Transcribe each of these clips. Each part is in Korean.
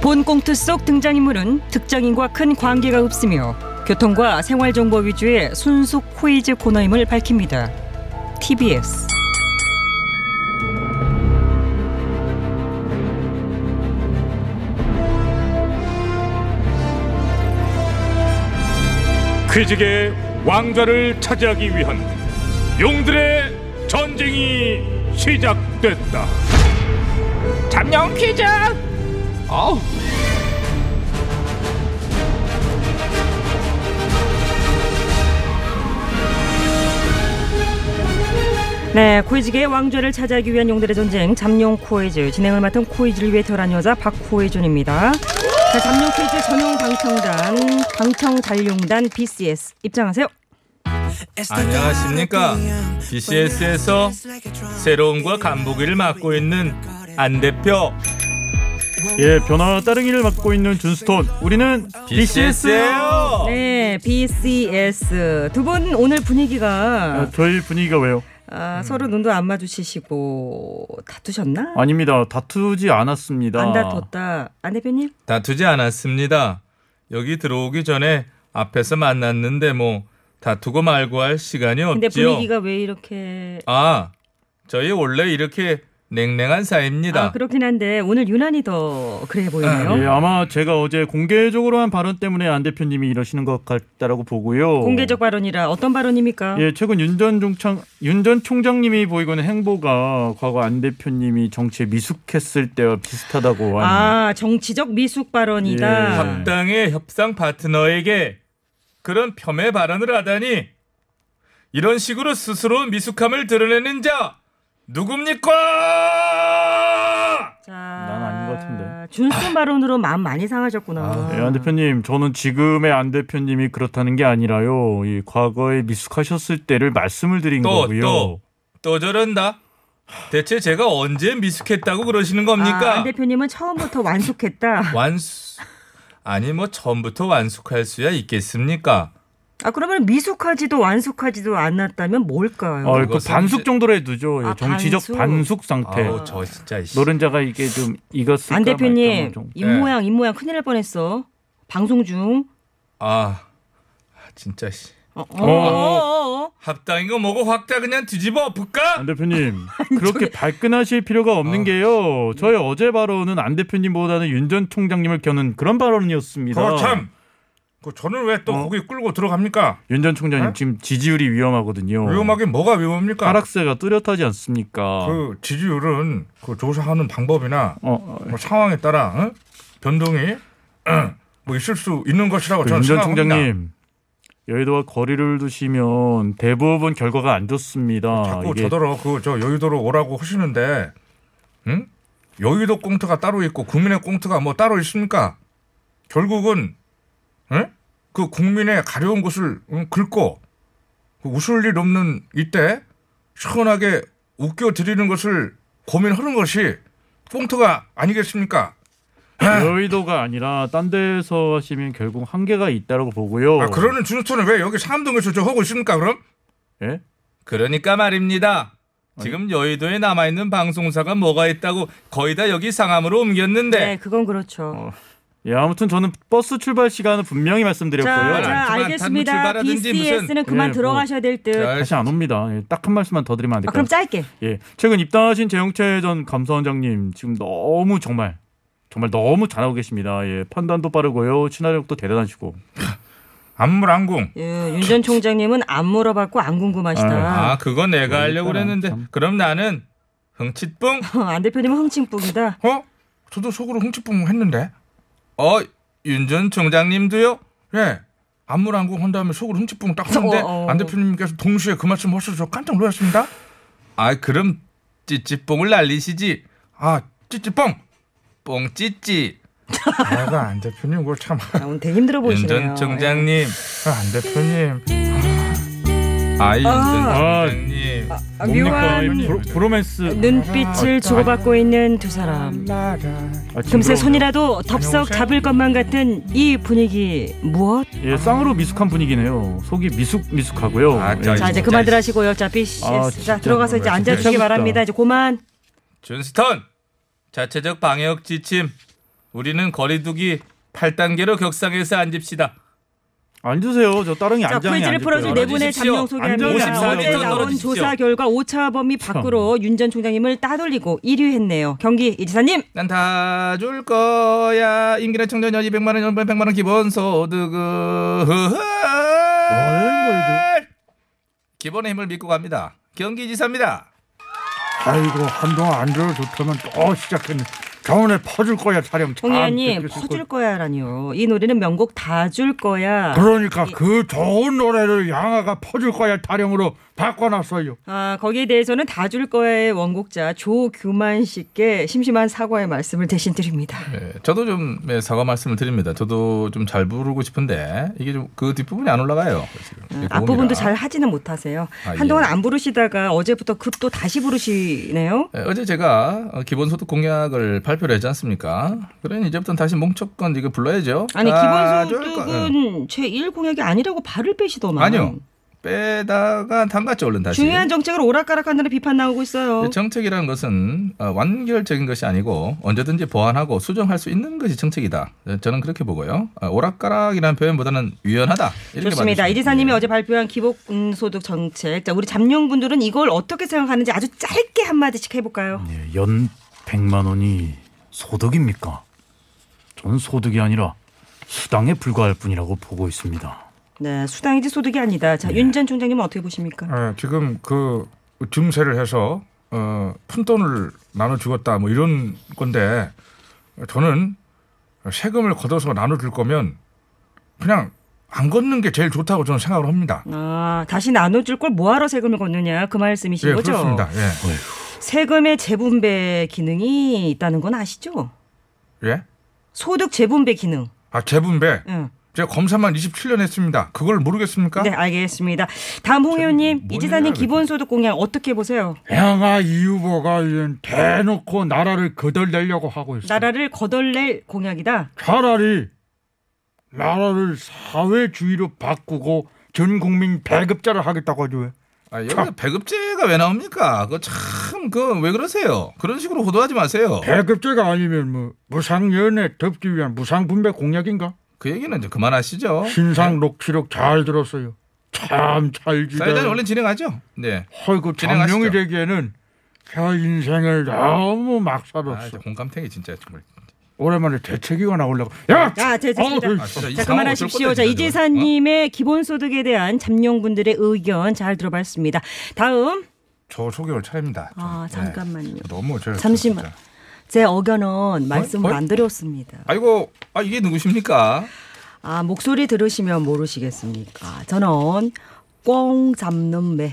본 꽁트 속 등장인물은 특정인과 큰 관계가 없으며 교통과 생활정보 위주의 순수 코이즈 코너임을 밝힙니다. TBS 퀴즈계의 왕좌를 차지하기 위한 용들의 전쟁이 시작됐다. 잠룡 퀴즈. 어우. 네, 코이즈계의 왕좌를 차지하기 위한 용들의 전쟁 잠룡 코이즈 진행을 맡은 코이즈를 위해 태어난 여자 박코이준입니다. 자, 잠룡 코이즈 전용 방청단 방청달용단 BCS 입장하세요. 안녕하십니까. BCS에서 새로움과 간보기를 맡고 있는 안 대표 예, 변화와 따릉이를 맡고 있는 준스톤. 우리는 BCS예요. BCS예요. 네, BCS 두 분 오늘 분위기가 아, 저희 분위기가 왜요? 아, 서로 눈도 안 마주치시고 다투셨나? 아닙니다. 다투지 않았습니다. 안 다퉜다. 안 대표님? 다투지 않았습니다. 여기 들어오기 전에 앞에서 만났는데 뭐 다투고 말고 할 시간이 근데 없지요. 분위기가 왜 이렇게 아, 저희 원래 이렇게 냉랭한 사이입니다. 아, 그렇긴 한데 오늘 유난히 더 그래 보이네요. 예, 아마 제가 어제 공개적으로 한 발언 때문에 안 대표님이 이러시는 것 같다라고 보고요. 공개적 발언이라 어떤 발언입니까? 예, 최근 윤전 총장 윤전 총장님이 보이고는 행보가 과거 안 대표님이 정치에 미숙했을 때와 비슷하다고 하는. 아, 정치적 미숙 발언이다. 예. 합당의 협상 파트너에게 그런 폄훼 발언을 하다니 이런 식으로 스스로 미숙함을 드러내는 자 누굽니까? 자, 난 아닌 것 같은데. 준순 발언으로 마음 많이 상하셨구나. 예, 안 대표님, 저는 지금의 안 대표님이 그렇다는 게 아니라요. 이 과거에 미숙하셨을 때를 말씀을 드린 또 또 거고요. 또 저런다. 대체 제가 언제 미숙했다고 그러시는 겁니까? 아, 안 대표님은 처음부터 완숙했다. 완수 아니 뭐 처음부터 완숙할 수야 있겠습니까? 아, 그러면 미숙하지도 완숙하지도 않았다면 뭘까요? 어, 그 그것은 반숙 이제- 정도로 해도 예, 아, 정치적 반숙. 반숙, 상태. 아우 저 진짜 씨. 노른자가 이게 좀 익었을까 안 대표님, 말까 뭐 좀. 입모양, 입모양 큰일 날 뻔했어. 방송 중. 아 진짜 씨. 어, 어, 어, 어. 합당인 거 뭐고 확 다 그냥 뒤집어 엎을까? 안 대표님 그렇게 발끈하실 필요가 없는 게요. 저희 어제 발언은 안 대표님보다는 윤 전 총장님을 겨눈 그런 발언이었습니다. 그거 참. 그 저는 왜 또 어? 거기 끌고 들어갑니까? 윤 전 총장님 어? 지금 지지율이 네? 위험하거든요. 위험하게 뭐가 위험합니까? 어. 하락세가 뚜렷하지 않습니까? 그 지지율은 그 조사하는 방법이나 어, 어, 뭐 상황에 따라 어? 변동이 어, 뭐 있을 수 있는 것이라고 그 저는 윤 전 생각합니다. 총장님 여의도와 거리를 두시면 대법원 결과가 안 좋습니다. 자꾸 아, 이게 저더러 그 저 여의도로 오라고 하시는데 응? 여의도 꽁트가 따로 있고 국민의 꽁트가 뭐 따로 있습니까? 결국은 응? 그 국민의 가려운 곳을 응, 긁고 그 웃을 일 없는 이때 시원하게 웃겨 드리는 것을 고민하는 것이 꽁트가 아니겠습니까? 네. 여의도가 아니라 딴 데서 하시면 결국 한계가 있다라고 보고요. 아, 그러는 준수는 왜 여기 삼동에서 저 하고 있습니까? 그럼 예? 그러니까 말입니다. 지금 여의도에 남아있는 방송사가 뭐가 있다고 거의 다 여기 상암으로 옮겼는데 네, 그건 그렇죠. 예, 아무튼 저는 버스 출발 시간은 분명히 자, 말씀드렸고요. 자 출발, 알겠습니다. 출발하든지 무슨- BCS는 그만 예, 뭐. 들어가셔야 될 듯. 자, 다시 안 옵니다. 예, 딱 한 말씀만 더 드리면 안 아, 될까요? 그럼 짧게. 예, 최근 입당하신 재영채 전 감사원장님 지금 너무 정말 정말 너무 잘하고 계십니다. 예, 판단도 빠르고요, 친화력도 대단하시고. 안물안궁 예, 윤 전 총장님은 안 물어봤고 안 궁금하시다. 아 그거 그러니까 내가 하려고 그랬는데 참. 그럼 나는 흥칫뿡 안 대표님은 흥칭뿡이다. 어? 저도 속으로 흥칫뿡 했는데 어윤 전 총장님도요 예. 안물안궁 한 다음에 속으로 흠칫뿡 딱 하는데 어, 어. 안 대표님께서 동시에 그 말씀 하셔서 저 깜짝 놀랐습니다. 아 그럼 찌찌뽕을 날리시지 아 찌찌뽕. 뽕찌찌 아이고 안 대표님 그거 참. 아, 오늘 되게 힘들어 윤 보이시네요. 예. 전 총장님 아, 안 대표님. 아윤 전 아. 총장님 아, 네. 묘한 브로, 브로맨스. 눈빛을 주고받고 있는 두 사람. 아, 금세 징그러우네요. 손이라도 덥석 잡을 것만 같은 이 분위기 무엇? 예, 쌍으로 미숙한 분위기네요. 속이 미숙 미숙하고요. 아, 저- 예. 자 이제 진짜. 그만들 하시고요. 자 BCS 아, 자 진짜. 들어가서 이제 정말 진짜 앉아주시기 쉽다. 바랍니다. 이제 그만. 준스턴 자체적 방역 지침 우리는 거리두기 8단계로 격상해서 앉읍시다. 앉으세요. 저 따릉이 자, 안장에 퀴즈를 앉을 풀어줄 거예요. 네 분의 앉으십시오. 잠룡 소개합니다. 앉으십시오. 어제 나온 떨어지십시오. 조사 결과 오차 범위 밖으로 윤 전 총장님을 따돌리고 1위 했네요. 경기 이 지사님. 난 다 줄 거야. 임기나 청년여 200만 원, 연봉 100만 원 기본 소득을 기본의 힘을 믿고 갑니다. 경기지사입니다. 아이고 한동안 안 들어줬더면 또 시작했네. 병원에 퍼줄 거야 촬영. 홍참 아, 그, 의원님 듣겠을 퍼줄 거야라니요. 이 노래는 명곡 다 줄 거야. 예. 그러니까 그 좋은 노래를 양아가 퍼줄 거야 타령으로 바꿔놨어요. 아, 거기에 대해서는 다 줄 거야의 원곡자 조규만 씨께 심심한 사과의 말씀을 대신 드립니다. 예, 저도 좀 예, 사과 말씀을 드립니다. 저도 좀 잘 부르고 싶은데 이게 좀 그 뒷부분이 안 올라가요. 지금. 이 고음이라. 앞부분도 잘 하지는 못하세요. 네, 아, 예. 한동안 안 부르시다가 어제부터 급 또 다시 부르시네요. 예, 어제 제가 어, 기본소득 공약을 발표를 했지 않습니까? 그러니 이제부터는 다시 몽척건 이거 불러야죠. 아니 다 줄 거- 응. 기본소득은 제1 공약이 아니라고 발을 빼시더만. 예. 아니요. 빼다가 담갔죠 얼른 다시. 중요한 정책을 오락가락하느라 비판 나오고 있어요. 이 정책이라는 것은 어, 완결적인 것이 아니고 언제든지 보완하고 수정할 수 있는 것이 정책이다. 예, 저는 그렇게 보고요. 아, 오락가락이라는 표현보다는 유연하다. 이렇게 좋습니다. 봐주시면 이 지사님이 돼요. 어제 발표한 기본소득 정책. 자, 우리 잠룡분들은 이걸 어떻게 생각하는지 아주 짧게 한마디씩 해볼까요? 예, 연 100만 원이 소득입니까? 저는 소득이 아니라 수당에 불과할 뿐이라고 보고 있습니다. 네, 수당이지 소득이 아니다. 자, 윤 전 총장님은 어떻게 보십니까? 예, 지금 그 증세를 해서 어, 푼 돈을 나눠 주겠다 뭐 이런 건데 저는 세금을 걷어서 나눠 줄 거면 그냥 안 걷는 게 제일 좋다고 저는 생각을 합니다. 아, 다시 나눠줄 걸 뭐하러 세금을 걷느냐 그 말씀이신 예, 네, 거죠? 그렇습니다. 예. 세금의 재분배 기능이 있다는 건 아시죠? 예? 소득 재분배 기능. 예. 아, 재분배. 응. 제가 검사만 27년 했습니다. 그걸 모르겠습니까? 네, 알겠습니다. 다음 홍 의원님, 이 지사님 기본소득 공약 어떻게 보세요? 양아 이 후보가 이제 대놓고 나라를 거덜내려고 하고 있어. 나라를 거덜낼 공약이다. 차라리 나라를 사회주의로 바꾸고 전 국민 배급자를 하겠다고 하지 왜? 아, 여기서 배급제가 왜 나옵니까? 그거 참, 그 왜 그러세요? 그런 식으로 호도하지 마세요. 배급제가 아니면 뭐 무상연애 덮기 위한 무상분배 공약인가? 그 얘기는 이제 그만하시죠. 신상 녹취록 잘 들었어요. 참 찰지다. 자, 일단 예, 얼른 진행하죠. 네. 아이고 진행하시죠. 장명이 되기에는 저 인생을 너무 아, 막 살았어. 저 공감탱이 진짜 정말. 오랜만에 대책위가 나오려고. 야, 아, 됐습니다. 어우, 아, 진짜 이 자, 상황 어쩔 그만하십시오. 거다, 자, 진짜 이 저거. 지사님의 기본소득에 대한 잠룡분들의 의견 잘 들어봤습니다. 다음. 어, 저 소개월 차입니다. 좀. 아, 네. 네. 잠깐만요. 예. 너무 저 잠시만. 진짜. 제 의견은 말씀을 어이? 안 드렸습니다. 아이고, 아, 이게 누구십니까? 아, 목소리 들으시면 모르시겠습니까? 저는 꽁 잡는 매,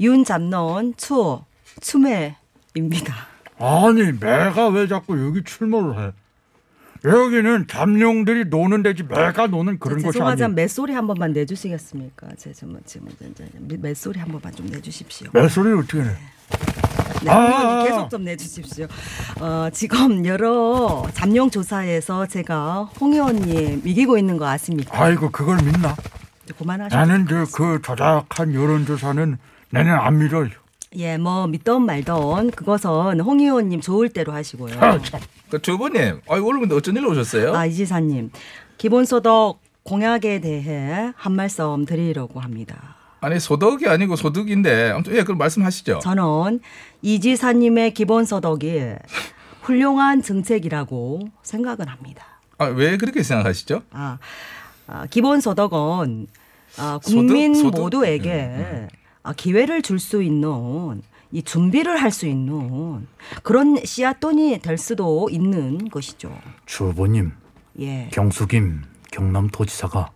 윤 잡는 추, 추매입니다. 아니 매가 왜 자꾸 여기 출몰을 해? 여기는 잠룡들이 노는 데지 매가 노는 그런 곳이 아니. 죄송하지만 맷소리 한 번만 내주시겠습니까? 제 정말 지금 이제 맷소리 한 번만 좀 내주십시오. 매 소리를 어떻게 내? 네, 아. 한번 계속 좀 내주십시오. 어, 지금 여러 잠룡 조사에서 제가 홍 의원님 이기고 있는 거 아십니까? 아이고 그걸 믿나? 그만하시죠. 나는 저 그 조작한 여론조사는 나는 안 믿어요. 예, 뭐 믿던 말던 그것은 홍 의원님 좋을 대로 하시고요. 아, 참. 그 주부님, 아이 오늘 근데 어쩐 일로 오셨어요? 아, 이지사님. 기본소득 공약에 대해 한 말씀 드리려고 합니다. 아니, 소득이 아니고 소득인데, 아무튼, 예, 그럼 말씀하시죠. 저는 이지사님의 기본소득이 훌륭한 정책이라고 생각은 합니다. 아, 왜 그렇게 생각하시죠? 아, 아, 기본소득은 아, 국민 소득? 소득? 모두에게 아, 기회를 줄 수 있는 이 준비를 할 수 있는 그런 씨앗돈이 될 수도 있는 것이죠. 주호보님, 예. 경수김 경남도지사가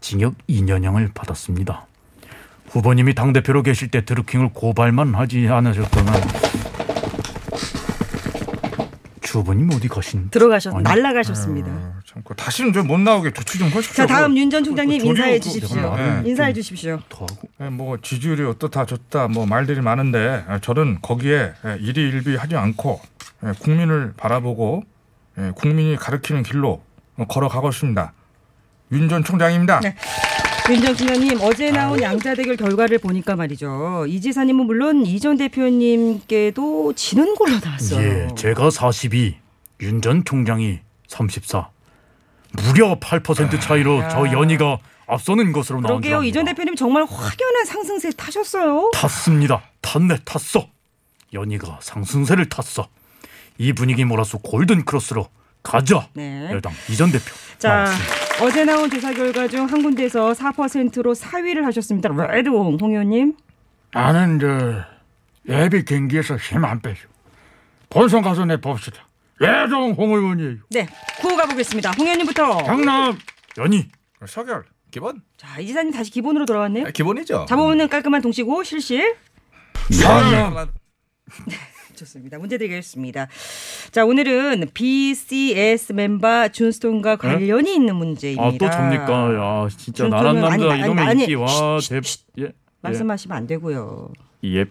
징역 2년형을 받았습니다. 후보님이 당대표로 계실 때 드루킹을 고발만 하지 않으셨다면 주호보님 어디 가신? 들어가셨, 아니, 날라가셨습니다. 어, 참고 다시는 좀 못 나오게 조치 좀자 하십시오. 다음 윤 전 총장님 그 조류 인사해 그 주십시오. 정말, 예. 인사해 주십시오. 더하고 예, 뭐 지지율이 어떻다 좋다 뭐 말들이 많은데 예, 저는 거기에 예, 일희일비하지 않고 예, 국민을 바라보고 예, 국민이 가르치는 길로 걸어가겠습니다. 윤 전 총장입니다. 네. 윤 전 총장님 어제 나온 양자 대결 결과를 보니까 말이죠. 이 지사님은 물론 이 전 대표님께도 지는 걸로 나왔어요. 예, 제가 42, 윤 전 총장이 34. 무려 8% 차이로 저 연희가 앞서는 것으로 나온 줄 그러게요. 압니다. 이전 대표님 정말 확연한 상승세 타셨어요. 탔습니다. 탔네 탔어. 연희가 상승세를 탔어. 이 분위기 몰아서 골든 크로스로 가자. 네. 여당 이전 대표. 자, 나왔습니다. 어제 나온 조사 결과 중 한 군데에서 4%로 4위를 하셨습니다. 레드홍 홍 의원님. 나는 저 예비 경기에서 힘 안 빼죠. 본선 가서 내 봅시다. 예종 홍 의원이에요. 네, 구호 가보겠습니다. 홍 의원님부터. 경남 연희 서결. 기본 자, 이지사님 다시 기본으로 돌아왔네요. 아, 기본이죠. 잡아오는 깔끔한 동시고 실실. 경남 좋습니다. 문제 드리겠습니다. 자, 오늘은 BCS 멤버 준스톤과 관련이 있는 문제입니다. 네? 아 또 접니까? 야 진짜 좀, 나란 좀, 아니, 남자 아니, 이놈의 아니, 인기 와 쉿, 대. 예. 말씀하시면 안 되고요. 예. 예.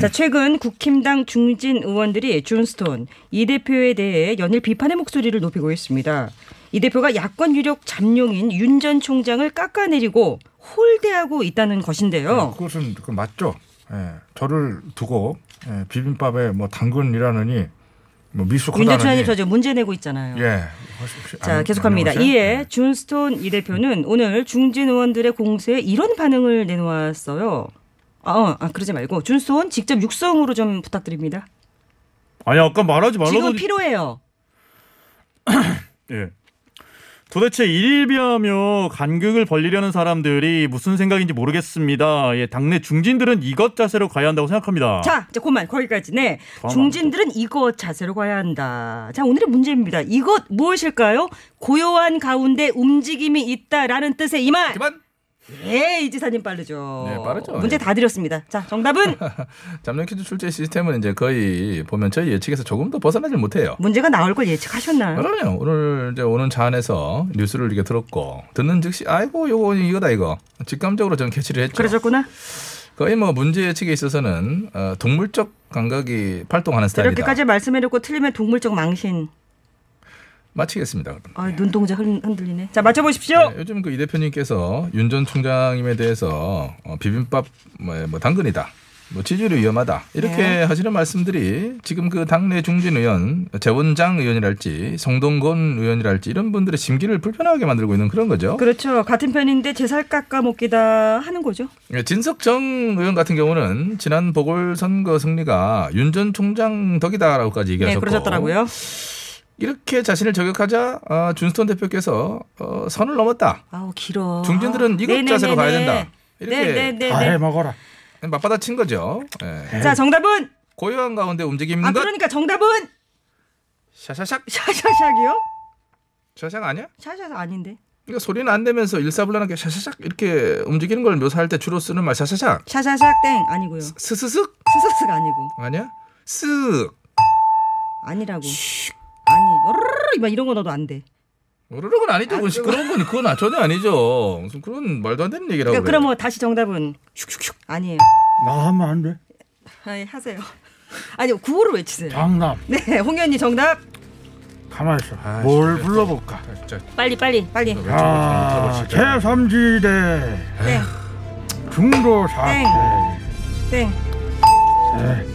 자, 최근 국힘당 중진 의원들이 존스톤 이 대표에 대해 연일 비판의 목소리를 높이고 있습니다. 이 대표가 야권 유력 잠룡인 윤 전 총장을 깎아내리고 홀대하고 있다는 아, 것인데요. 그것은 그 맞죠. 예, 저를 두고 예, 비빔밥에 뭐 당근이라느니 뭐그 윤 전 총장님 미숙하다느니. 저 지금 문제 내고 있잖아요. 예. 하십시오. 자, 아니, 계속합니다. 안녕하세요. 이에 준스톤 이 대표는 오늘 중진 의원들의 공세에 이런 반응을 내놓았어요. 아, 어, 아, 그러지 말고 준스톤 직접 육성으로 좀 부탁드립니다. 아니 아까 말하지 말라고. 지금 필요해요. 예. 도대체 일비하며 간극을 벌리려는 사람들이 무슨 생각인지 모르겠습니다. 예, 당내 중진들은 이것 자세로 가야 한다고 생각합니다. 자, 이제 그만 거기까지. 네, 중진들은 이것 자세로 가야 한다. 자, 오늘의 문제입니다. 이것 무엇일까요? 고요한 가운데 움직임이 있다라는 뜻의 이 말. 기본. 예, 이지사님 빠르죠. 네, 빠르죠. 문제 예. 다 드렸습니다. 자, 정답은 잡룡 퀴즈 출제 시스템은 이제 거의 보면 저희 예측에서 조금 더 벗어나질 못해요. 문제가 나올 걸 예측하셨나요? 그러면 오늘 이제 오는 차 안에서 뉴스를 이렇게 들었고 듣는 즉시 아이고 요거 이거다 이거 직감적으로 저는 캐치를 했죠. 그러셨구나. 거의 뭐 문제 예측에 있어서는 어, 동물적 감각이 발동하는 스타일이다. 이렇게까지 말씀해놓고 틀리면 동물적 망신. 마치겠습니다. 그럼. 아, 눈동자 흔- 흔들리네. 자, 맞춰보십시오. 네, 요즘 그 이 대표님께서 윤 전 총장님에 대해서 어, 비빔밥 뭐, 뭐 당근이다. 뭐 지지율이 위험하다 이렇게 네. 하시는 말씀들이 지금 그 당내 중진 의원 재원장 의원이랄지 성동건 의원이랄지 이런 분들의 심기를 불편하게 만들고 있는 그런 거죠. 그렇죠. 같은 편인데 제 살 깎아 먹기다 하는 거죠. 예, 진석정 의원 같은 경우는 지난 보궐선거 승리가 윤 전 총장 덕이다라고까지 네, 얘기하셨고 그러셨더라고요. 이렇게 자신을 저격하자 아, 준스톤 대표께서 어, 선을 넘었다. 아우 길어. 중진들은 이것 자세로 가야 된다. 이렇게 네네네. 다 네. 해먹어라. 맞받아친 거죠. 예. 자 정답은 고요한 가운데 움직이는 아 것 그러니까 정답은 샤샤샥 샤샤샥이요? 샤샥 아니야? 샤샤샥 아닌데. 그러니까 소리는 안 내면서 일사불란하게 샤샤샥 이렇게 움직이는 걸 묘사할 때 주로 쓰는 말 샤샤샥 샤샤샥 땡 아니고요. 스스슥 스스스가 아니고 아니야? 쓱 아니라고. 아니. 어르르르 막 이런 거 넣어도 안 돼. 으르륵은 아니죠. 그건 시끄러운 건 그건 아- 전혀 아니죠. 무슨 그런 말도 안 되는 얘기라고 그러니까 그래. 그럼 뭐 다시 정답은 슉슉슉 아니에요. 나 하면 안 돼. 아니, 하세요. 아니 구호를 외치세요. 경남 네, 홍현님 정답 가만 있어. 아, 뭘 불러볼까? 아, 진짜 빨리 빨리 네. 빨리. 아, 제3지대 땡 중도 네. 사태. 네. 땡.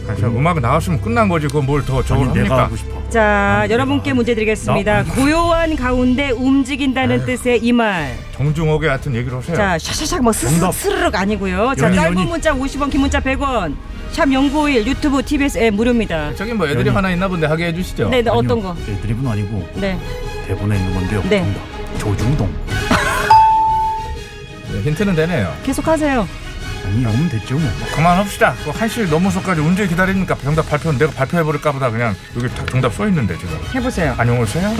아, 저 음악 나왔으면 끝난 거지. 그건 뭘더 저걸 아니, 내가 합니까? 네. 하고 싶어. 자, 여러분께 문제 드리겠습니다. 뭐? 고요한 가운데 네. 움직인다는 뜻의 이 말. 정중하게 하여튼 얘기를 하세요. 자, 샤샤샥 뭐 스스- 정답. 스르륵 아니고요. 자, 네. 연희, 짧은 연희. 문자 50원, 긴 문자 100원. 샵0951 유튜브 TBS 앱 무료입니다. 저기 뭐 애들이 하나 있나 본데 하게 해주시죠. 네, 네 어떤 아니요, 거? 예, 드립은 아니고 네. 대본에 있는 건데요. 네. 정답. 조중동. 네, 힌트는 되네요. 계속하세요. 아니 오면 됐죠 뭐. 그만합시다. 그 1시 넘어서까지 언제 기다립니까? 정답 발표는 내가 발표해버릴까 보다 그냥 여기 딱 정답 써 있는데 지금. 해 보세요. 안녕하세요.